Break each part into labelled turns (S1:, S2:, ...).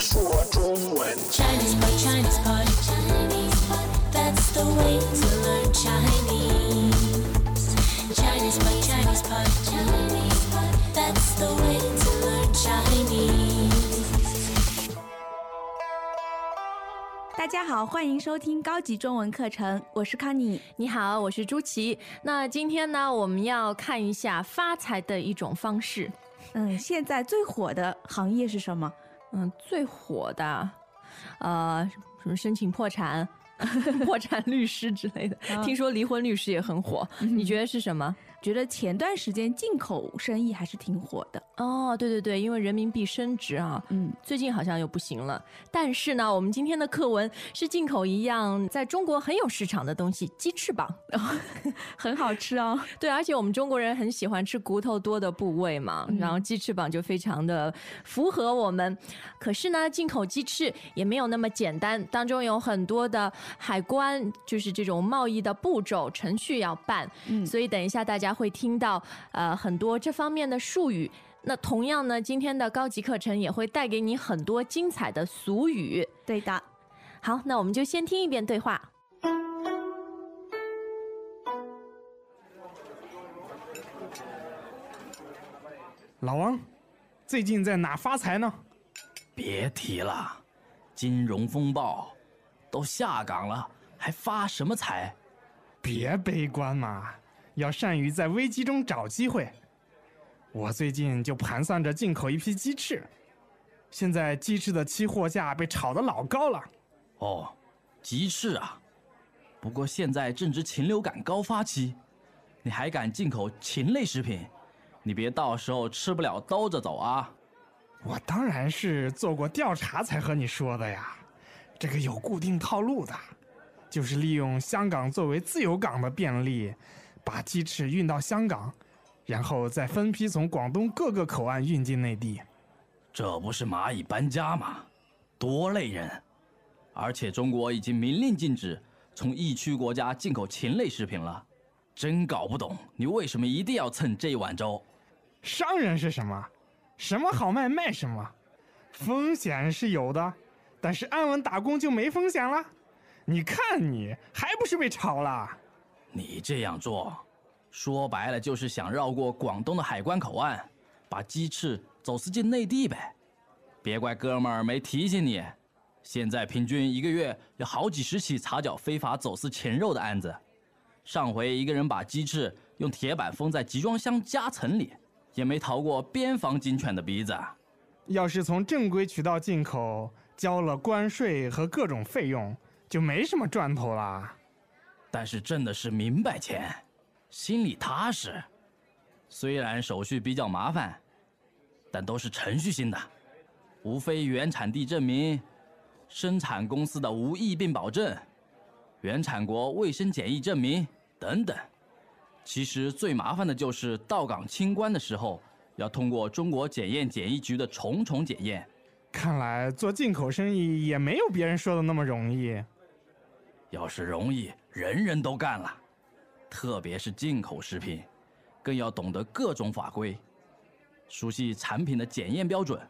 S1: 说中文。
S2: Chinese pot, Chinese pot, Chinese pot. That's the way to learn Chinese. Chinese pot, Chinese pot, Chinese pot. That's the way to learn Chinese.
S3: 大家好，欢迎收听高级中文课程，我是康妮。
S4: 你好，我是朱琪。那今天呢，我们要看一下发财的一种方式。
S3: 嗯，现在最火的行业是什么？
S4: 嗯，最火的，呃，什么申请破产、 破产律师之 类的。
S3: 啊
S4: 听说离婚律师也很火，
S3: 嗯
S4: 你觉得是什么？
S3: 觉得前段时间进口生意还是挺火的。
S4: 哦，对对对，因为人民币升值啊，
S3: 嗯，
S4: 最近好像又不行了。但是呢，我们今天的课文是进口一样在中国很有市场的东西——鸡翅膀。
S3: 很好吃 哦。
S4: 对，而且我们中国人很喜欢吃骨头多的部位嘛，然后鸡翅膀就非常的符合我们。可是呢，进口鸡翅也没有那么简单，当中有很多的海关，就是这种贸易的步骤程序要办，
S3: 嗯
S4: 所以等一下大家会听到呃很多这方面的术语。那同样呢，今天的高级课程也会带给你很多精彩的俗语。
S3: 对的，
S4: 好，那我们就先听一遍对话。
S5: 老王，最近在哪发财呢？
S6: 别提了，金融风暴都下岗了，还发什么财？
S5: 别悲观嘛，要善于在危机中找机会。我最近就盘算着进口一批鸡翅，现在鸡翅的期货价被炒得老高了。
S6: 哦，鸡翅啊！不过现在正值禽流感高发期，你还敢进口禽类食品？你别到时候吃不了兜着走啊！
S5: 我当然是做过调查才和你说的呀，这个有固定套路的，就是利用香港作为自由港的便利，把鸡翅运到香港，然后再分批从广东各个口岸运进内地。
S6: 这不是蚂蚁搬家吗？多累人！而且中国已经明令禁止从疫区国家进口禽类食品了，真搞不懂你为什么一定要蹭这一碗粥。
S5: 商人是什么？什么好卖卖什么，风险是有的，但是安稳打工就没风险了。你看你还不是被炒了？
S6: 你这样做，说白了就是想绕过广东的海关口岸，把鸡翅走私进内地呗。别怪哥们儿没提醒你，现在平均一个月有好几十起查缴非法走私禽肉的案子。上回一个人把鸡翅用铁板封在集装箱夹层里，也没逃过边防警犬的鼻子。
S5: 要是从正规渠道进口，交了关税和各种费用，就没什么赚头啦。
S6: 但是挣的是明白钱，心里踏实。虽然手续比较麻烦，但都是程序性的，无非原产地证明、生产公司的无疫病保证、原产国卫生检疫证明等等。其实最麻烦的就是到港清关的时候，要通过中国检验检疫局的重重检验。
S5: 看来做进口生意也没有别人说的那么容易。
S6: 要是容易，人人都干了。特别是进口食品，更要懂得各种法规，熟悉产品的检验标准。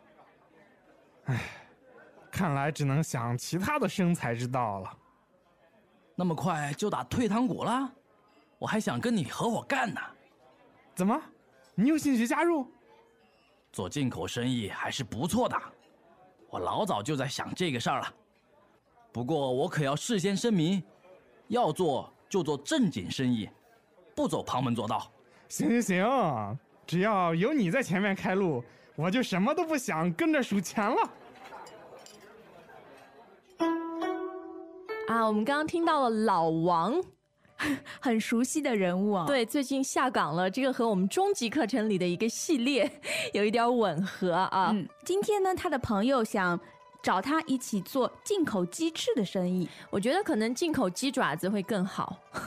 S5: 看来只能想其他的生财之道了。
S6: 那么快就打退堂鼓啦？我还想跟你合伙干呢。
S5: 怎么，你有兴趣加入？
S6: 做进口生意还是不错的，我老早就在想这个事儿了。不过我可要事先声明，要做就做正经生意，不走旁门左道。
S5: 行行行，只要有你在前面开路，我就什么都不想，跟着数钱了。
S4: 啊，我们刚刚听到了老王
S3: 很熟悉的人物哦。，
S4: 对，最近下岗了，这个和我们中级课程里的一个系列 有一点吻合啊。
S3: 嗯，今天呢，他的朋友想找他一起做进口鸡翅的生意。
S4: 我觉得可能进口鸡爪子会更好，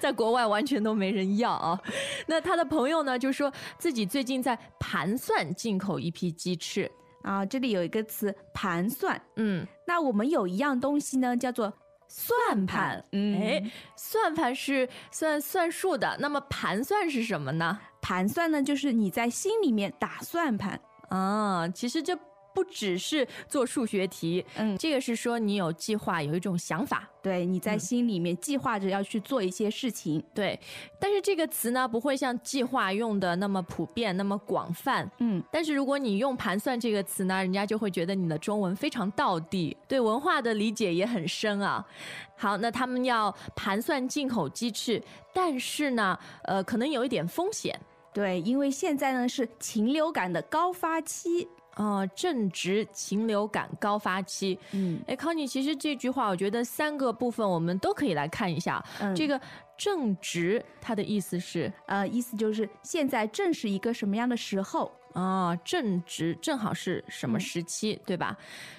S4: 在国外完全都没人要啊。那他的朋友呢，就说自己最近在盘算进口一批鸡翅。
S3: 啊，这里有一个词盘算。
S4: 嗯，
S3: 那我们有一样东西呢，叫做算
S4: 盘
S3: 嗯，
S4: 哎，算盘是算算数的，那么盘算是什么呢？
S3: 盘算呢，就是你在心里面打算盘。
S4: 啊，其实这。不只是做数学题，
S3: 嗯
S4: 这个是说你有计划，有一种想法。
S3: 对，你在心里面计划着要去做一些事情，
S4: 对，但是这个词呢，不会像计划用的那么普遍，那么广泛。
S3: 嗯，
S4: 但是如果你用“盘算”这个词呢，人家就会觉得你的中文非常道地，对文化的理解也很深啊。好，那他们要盘算进口鸡翅，但是呢，呃，可能有一点风险。
S3: 对，因为现在呢是禽流感的高发期，
S4: 呃，正值禽流感高发期。
S3: 嗯
S4: 哎，康妮，其实这句话我觉得三个部分我们都可以来看一下。啊
S3: 嗯，
S4: 这个正值它的意思是
S3: 呃意思就是现在正是一个什么样的时候？
S4: 啊，正值正好是什么
S3: 嗯
S4: 时期，对吧？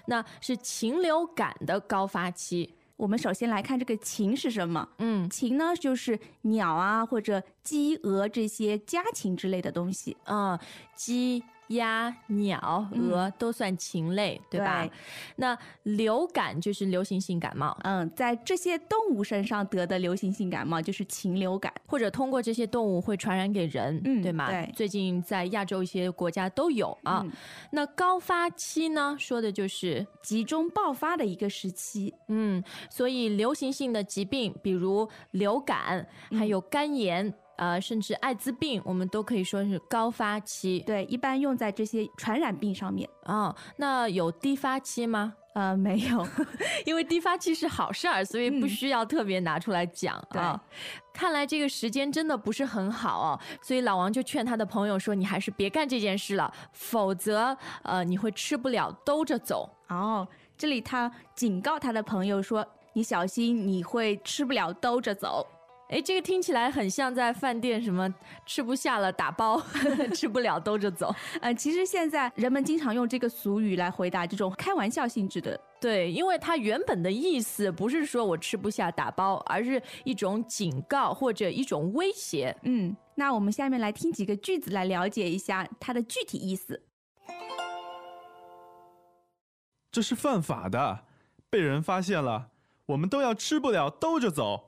S4: 那是禽流感的高发期。
S3: 我们首先来看这个禽是什么？
S4: 嗯
S3: 禽呢就是鸟啊或者鸡鹅这些家禽之类的东西，
S4: 啊、鸡、鸭、鸟、
S3: 嗯
S4: 鹅都算禽类，对吧？
S3: 对
S4: 那流感就是流行性感冒，
S3: 嗯，在这些动物身上得的流行性感冒就是禽流感。
S4: 或者通过这些动物会传染给人，
S3: 嗯
S4: 对吗？
S3: 对
S4: 最近在亚洲一些国家都有啊。
S3: 嗯
S4: 那高发期呢，说的就是
S3: 集中爆发的一个时期，
S4: 嗯，所以流行性的疾病，比如流感，还
S3: 嗯
S4: 有肝炎，呃，甚至艾滋病，我们都可以说是高发期。
S3: 对，一般用在这些传染病上面。
S4: 啊、那有低发期吗？
S3: 呃，没有，
S4: 因为低发期是好事儿，所以不
S3: 嗯
S4: 需要特别拿出来讲
S3: 对
S4: 啊。看来这个时间真的不是很好哦，所以老王就劝他的朋友说：“你还是别干这件事了，否则呃你会吃不了兜着走。
S3: 哦，这里他警告他的朋友说：“你小心，你会吃不了兜着走。””
S4: 哎，这个听起来很像在饭店什么吃不下了打包， 吃不了兜着走。
S3: 呃，其实现在人们经常用这个俗语来回答这种开玩笑性质的。
S4: 对，因为它原本的意思不是说我吃不下打包，而是一种警告或者一种威胁。
S3: 嗯，那我们下面来听几个句子来了解一下它的具体意思。
S1: 这是犯法的，被人发现了，我们都要吃不了兜着走。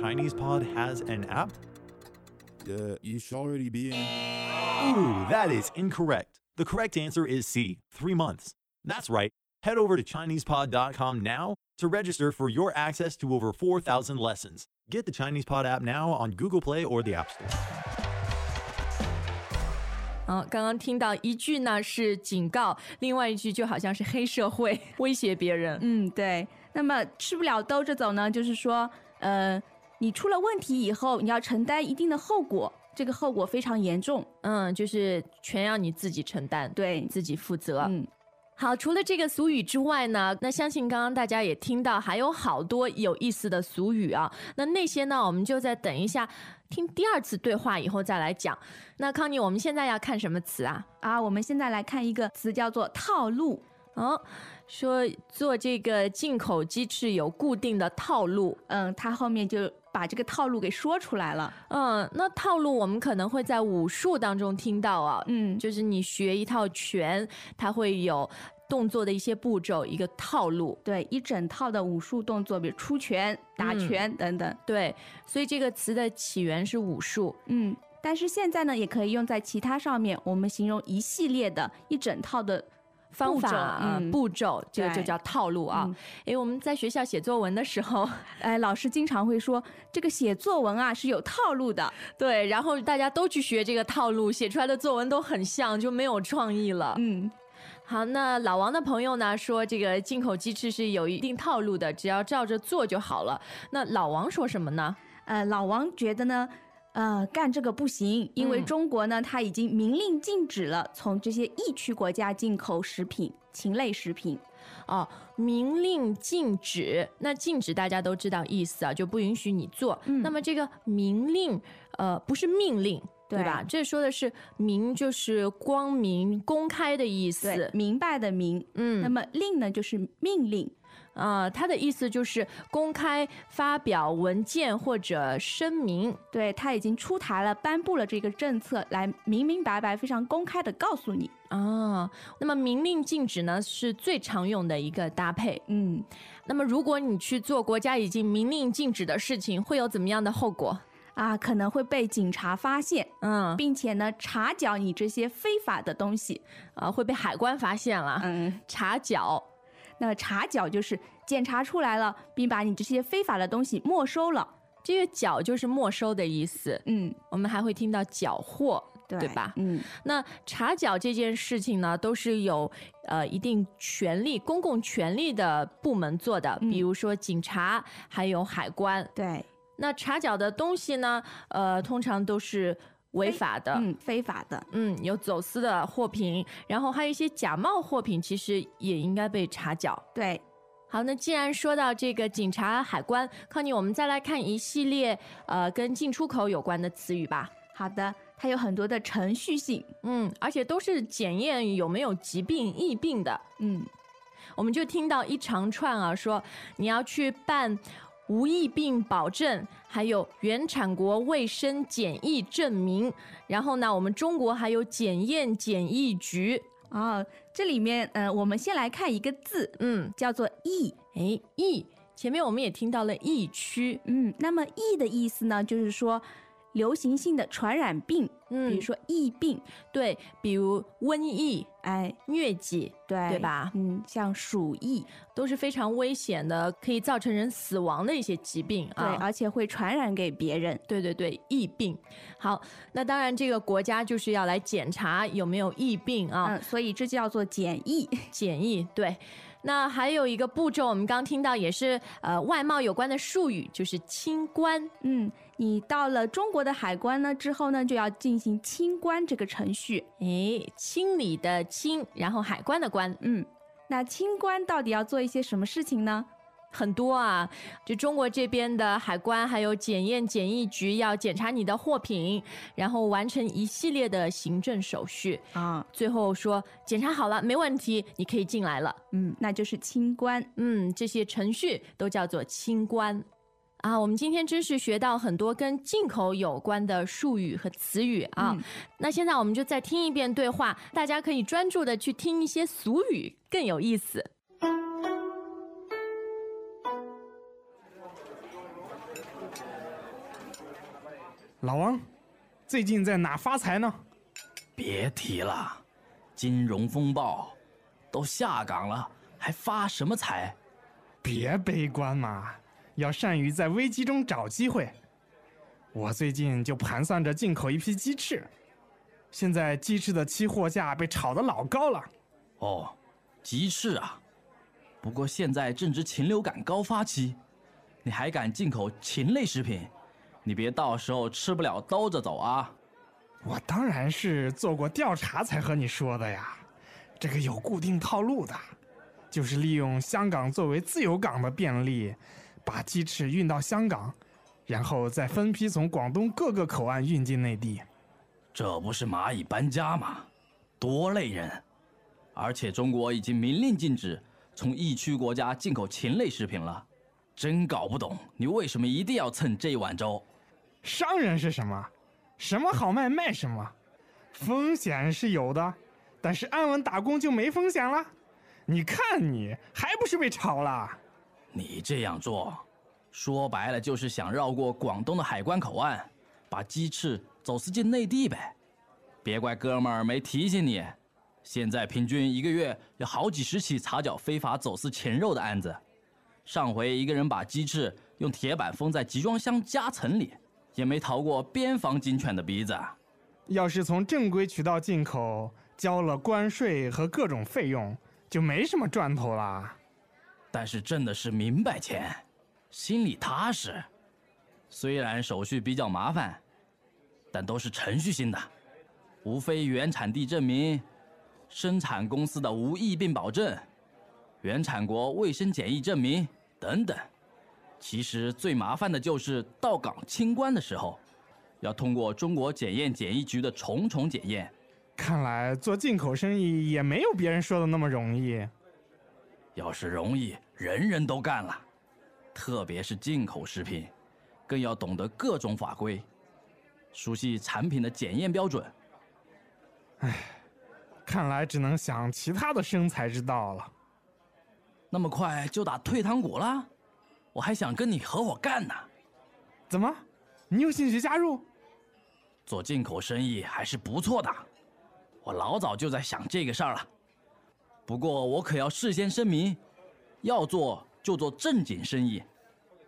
S7: Chinese Pod has an app?
S8: Uh, you should already be in.
S7: Ooh, that is incorrect. The correct answer is C, three months. That's right. Head over to ChinesePod.com now to register for your access to over 4,000 lessons. Get the Chinese Pod app now on Google Play or the App Store.
S4: 啊，刚刚听到一句呢是警告，另外一句就好像是黑社会 威胁别人。
S3: 嗯，对。那么吃不了兜着走呢，就是说，呃，你出了问题以后，你要承担一定的后果，这个后果非常严重。
S4: 嗯，就是全让你自己承担，
S3: 对
S4: 你自己负责。
S3: 嗯，
S4: 好，除了这个俗语之外呢，那相信刚刚大家也听到还有好多有意思的俗语啊。那那些呢，我们就再等一下听第二次对话以后再来讲。那康妮，我们现在要看什么词啊？
S3: 啊，我们现在来看一个词，叫做套路。
S4: 哦，说做这个进口鸡翅有固定的套路。
S3: 嗯，他后面就把这个套路给说出来了。
S4: 嗯，那套路我们可能会在武术当中听到啊，
S3: 嗯，
S4: 就是你学一套拳，它会有动作的一些步骤，一个套路。
S3: 对，一整套的武术动作，比如出拳、打
S4: 嗯
S3: 拳等等。
S4: 对，所以这个词的起源是武术。
S3: 嗯，但是现在呢，也可以用在其他上面，我们形容一系列的一整套的
S4: 方
S3: 步
S4: 法
S3: 骤
S4: 啊、
S3: 嗯
S4: 步骤，这个就
S3: 对
S4: 叫套路啊
S3: 嗯。
S4: 诶，我们在学校写作文的时候，
S3: 哎，老师经常会说这个写作文啊是有套路的。
S4: 对，然后大家都去学这个套路，写出来的作文都很像，就没有创意了。
S3: 嗯，
S4: 好，那老王的朋友呢说，这个进口鸡翅是有一定套路的，只要照着做就好了。那老王说什么呢？
S3: 呃，老王觉得呢，呃，干这个不行，因为
S4: 嗯
S3: 中国呢，它已经明令禁止了从这些疫区国家进口食品、禽类食品。
S4: 哦，明令禁止，那禁止大家都知道意思啊，就不允许你做。
S3: 嗯
S4: 那么这个明令，呃，不是命令，对吧？这说的是明，就是光明、公开的意
S3: 对
S4: 思，。
S3: 明白的明。那
S4: 嗯，
S3: 么令呢，就是命令。
S4: 啊、它的意思就是公开发表文件或者声明。
S3: 对他已经出台了、颁布了这个政策，来明明白白、非常公开的告诉你。
S4: 啊，那么明令禁止呢是最常用的一个搭配。
S3: 嗯，
S4: 那么如果你去做国家已经明令禁止的事情，会有怎么样的后果？
S3: 啊，可能会被警察发现，
S4: 嗯，
S3: 并且呢查缴你这些非法的东西。
S4: 啊，会被海关发现了，
S3: 嗯，
S4: 查缴。
S3: 那查缴就是检查出来了，并把你这些非法的东西没收了。
S4: 这个缴就是没收的意思，
S3: 嗯，
S4: 我们还会听到缴获，
S3: 对，
S4: 对吧？
S3: 嗯，
S4: 那查缴这件事情呢，都是有呃一定权利、公共权利的部门做的，
S3: 嗯
S4: 比如说警察，还有海关。
S3: 对，
S4: 那查缴的东西呢，呃，通常都是违法的，
S3: 嗯，非法的。
S4: 嗯有走私的货品，然后还有一些假冒货品，其实也应该被查缴。
S3: 对，
S4: 好，那既然说到这个警察、海关，康妮，我们再来看一系列呃跟进出口有关的词语吧。
S3: 好的，它有很多的程序性。
S4: 嗯，而且都是检验有没有疾病、疫病的。
S3: 嗯，
S4: 我们就听到一长串啊，说你要去办无疫病保证，还有原产国卫生检疫证明。然后呢，我们中国还有检验检疫局。
S3: 哦，这里面，呃，我们先来看一个字，
S4: 嗯，
S3: 叫做“疫
S4: 哎，疫，前面我们也听到了疫区”。。
S3: 嗯，那么“疫”的意思呢，就是说流行性的传染病，比
S4: 嗯
S3: 如，说疫病，
S4: 对，比如瘟疫、
S3: 哎，
S4: 疟疾
S3: 对，
S4: 对吧
S3: 嗯，像鼠疫，
S4: 都是非常危险的，可以造成人死亡的一些疾病
S3: 对，
S4: 啊。
S3: 而且会传染给别人。
S4: 对对对，疫病。好，那当然，这个国家就是要来检查有没有疫病啊。
S3: 嗯，所以这叫做检疫。
S4: 检疫，对。那还有一个步骤，我们刚听到也是呃外贸有关的术语，就是清关。
S3: 嗯，你到了中国的海关呢之后呢，就要进行清关这个程序。
S4: 哎，清理的清，然后海关的关，
S3: 嗯，那清关到底要做一些什么事情呢？
S4: 很多啊。就中国这边的海关还有检验检疫局要检查你的货品，然后完成一系列的行政手续，
S3: 啊，
S4: 最后说检查好了没问题，你可以进来了。
S3: 嗯，那就是清关。
S4: 嗯，这些程序都叫做清关。啊，我们今天真是学到很多跟进口有关的术语和词语啊。
S3: 嗯
S4: 那现在我们就再听一遍对话，大家可以专注的去听一些俗语，更有意思。
S5: 老王，最近在哪发财呢？
S6: 别提了，金融风暴都下岗了，还发什么财？
S5: 别悲观嘛，要善于在危机中找机会。我最近就盘算着进口一批鸡翅，现在鸡翅的期货价被炒得老高了。
S6: 哦，鸡翅啊！不过现在正值禽流感高发期，你还敢进口禽类食品？你别到时候吃不了兜着走啊！
S5: 我当然是做过调查才和你说的呀，这个有固定套路的，就是利用香港作为自由港的便利，把鸡翅运到香港，然后再分批从广东各个口岸运进内地。
S6: 这不是蚂蚁搬家吗？多累人！而且中国已经明令禁止从疫区国家进口禽类食品了，真搞不懂你为什么一定要蹭这一碗粥。
S5: 商人是什么？什么好卖卖什么，风险是有的，但是安稳打工就没风险了。你看你还不是被炒了？
S6: 你这样做，说白了就是想绕过广东的海关口岸，把鸡翅走私进内地呗。别怪哥们儿没提醒你，现在平均一个月有好几十起查缴非法走私禽肉的案子。上回一个人把鸡翅用铁板封在集装箱夹层里，也没逃过边防警犬的鼻子。
S5: 要是从正规渠道进口，交了关税和各种费用，就没什么赚头啦。
S6: 但是挣的是明白钱，心里踏实。虽然手续比较麻烦，但都是程序性的，无非原产地证明、生产公司的无疫病保证、原产国卫生检疫证明等等。其实最麻烦的就是到港清关的时候，要通过中国检验检疫局的重重检验，
S5: 看来做进口生意也没有别人说的那么容易。
S6: 要是容易，人人都干了。特别是进口食品，更要懂得各种法规，熟悉产品的检验标准。
S5: 看来只能想其他的生财之道了。
S6: 那么快就打退堂鼓啦？我还想跟你合伙干呢。
S5: 怎么，你有兴趣加入？
S6: 做进口生意还是不错的，我老早就在想这个事儿了。不过我可要事先声明，要做就做正经生意，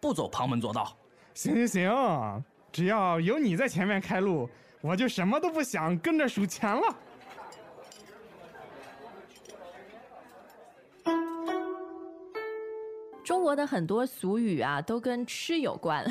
S6: 不走旁门左道。
S5: 行行行，只要有你在前面开路，我就什么都不想，跟着数钱了。
S4: 中国的很多俗语啊，都跟吃有关。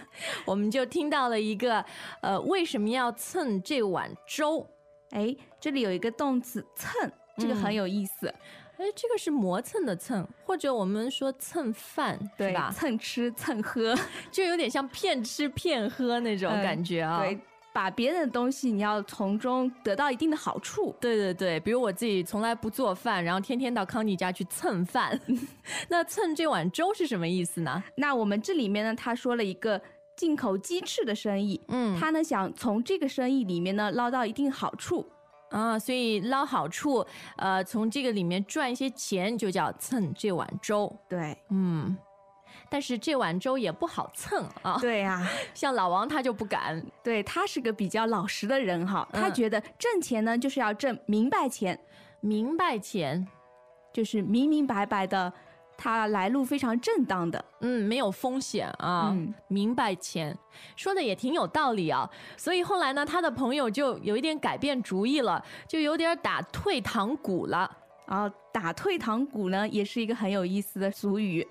S4: 我们就听到了一个，呃，为什么要蹭这碗粥？
S3: 哎，这里有一个动词蹭，这个很
S4: 嗯
S3: 有意思，
S4: 哎，这个是磨蹭的蹭，或者我们说蹭饭，是
S3: 对
S4: 吧？
S3: 蹭吃蹭喝，
S4: 就有点像骗吃骗喝那种
S3: 嗯
S4: 感觉啊。
S3: 对，把别人的东西你要从中得到一定的好处。
S4: 对对对，比如我自己从来不做饭，然后天天到康妮家去蹭饭， 那蹭这碗粥是什么意思呢？
S3: 那我们这里面呢，他说了一个进口鸡翅的生意，
S4: 嗯，
S3: 他呢想从这个生意里面呢捞到一定好处。
S4: 啊，所以捞好处，呃，从这个里面赚一些钱，就叫蹭这碗粥。
S3: 对，
S4: 嗯，但是这碗粥也不好蹭啊，
S3: 对呀、
S4: 像老王他就不敢。
S3: 对他是个比较老实的人哈，他
S4: 嗯
S3: 觉得挣钱呢就是要挣明白钱，
S4: 明白钱，
S3: 就是明明白白的，他来路非常正当的。
S4: 嗯，没有风险啊，
S3: 嗯
S4: 明白钱，说的也挺有道理啊。所以后来呢，他的朋友就有一点改变主意了，就有点打退堂鼓了。
S3: 然后打退堂鼓呢，也是一个很有意思的俗语。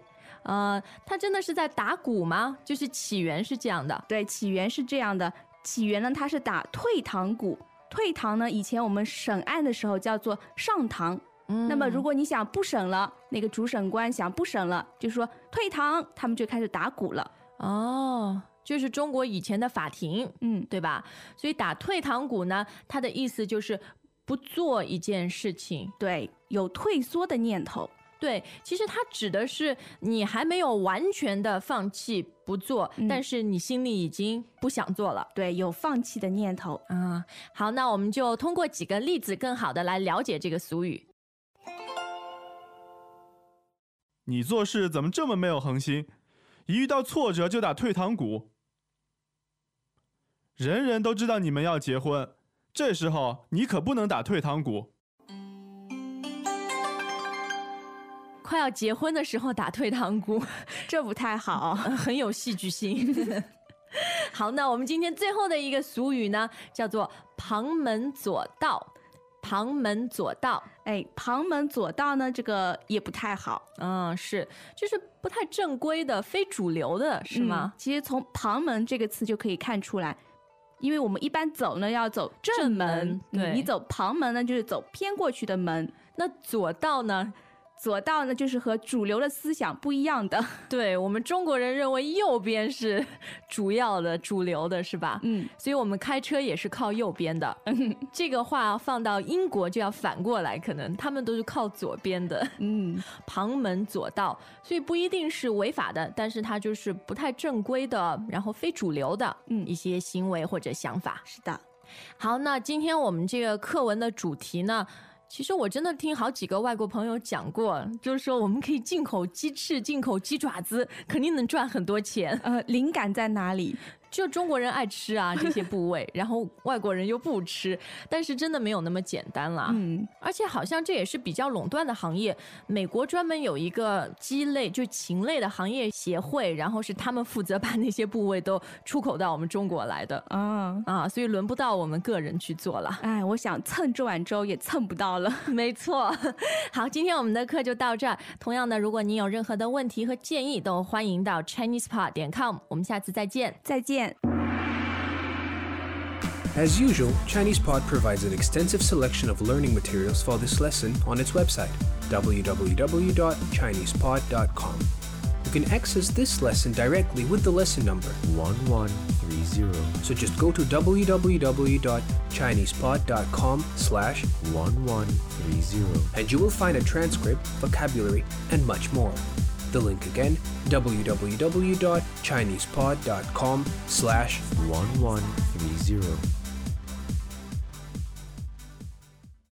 S4: 呃，他真的是在打鼓吗？就是起源是这样的，
S3: 对，起源是这样的，起源呢它是打退堂鼓。退堂呢，以前我们审案的时候叫做上堂。
S4: 嗯
S3: 那么如果你想不审了，那个主审官想不审了，就说退堂，他们就开始打鼓了。
S4: 哦，就是中国以前的法庭，
S3: 嗯，
S4: 对吧？所以打退堂鼓呢，它的意思就是不做一件事情。
S3: 对，有退缩的念头。
S4: 对，其实它指的是你还没有完全的放弃不做，
S3: 嗯
S4: 但是你心里已经不想做了。
S3: 对，有放弃的念头。
S4: 啊、好，那我们就通过几个例子，更好的来了解这个俗语。
S1: 你做事怎么这么没有恒心？一遇到挫折就打退堂鼓。人人都知道你们要结婚，这时候你可不能打退堂鼓。
S4: 快要结婚的时候打退堂鼓， 嗯
S3: 这不太好。
S4: 很有戏剧性。 好，那我们今天最后的一个俗语呢，叫做“旁门左道”。旁门左道，
S3: 哎，旁门左道呢，这个也不太好，
S4: 嗯，是，就是不太正规的、非主流的，是
S3: 嗯
S4: 吗？
S3: 其实从“旁门”这个词就可以看出来，因为我们一般走呢要走正门，
S4: 门
S3: 嗯
S4: 对
S3: 你走旁门呢就是走偏过去的门，
S4: 那左道呢？
S3: 左道呢就是和主流的思想不一样的。
S4: 对我们中国人认为右边是 主要的、主流的，是吧？
S3: 嗯，
S4: 所以我们开车也是靠右边的。 这个话放到英国就要反过来，可能他们都是靠左边的。
S3: 嗯，
S4: 旁门左道，所以不一定是违法的，但是它就是不太正规的，然后非主流的，
S3: 嗯
S4: 一些行为或者想法。
S3: 是的，
S4: 好，那今天我们这个课文的主题呢？其实我真的听好几个外国朋友讲过，就是说我们可以进口鸡翅、进口鸡爪子，肯定能赚很多钱。
S3: 呃，灵感在哪里？
S4: 就中国人爱吃啊这些部位，然后外国人又不吃，但是真的没有那么简单啦。
S3: 嗯，
S4: 而且好像这也是比较垄断的行业。美国专门有一个鸡类，就禽类的行业协会，然后是他们负责把那些部位都出口到我们中国来的
S3: 啊。
S4: 啊，所以轮不到我们个人去做了。
S3: 哎，我想蹭这碗粥也蹭不到了。
S4: 没错，好，今天我们的课就到这儿。同样的，如果您有任何的问题和建议，都欢迎到 ChinesePod 点 com。我们下次再见。
S3: 再见。
S9: As usual, ChinesePod provides an extensive selection of learning materials for this lesson on its website, www.chinesepod.com. You can can access this lesson directly with the lesson number
S10: 1130.
S9: So just go to www.chinesepod.com slash
S10: 1130.
S9: and you will find a transcript, vocabulary, and much more. The link again, www.chinesepod.com slash
S10: 1130.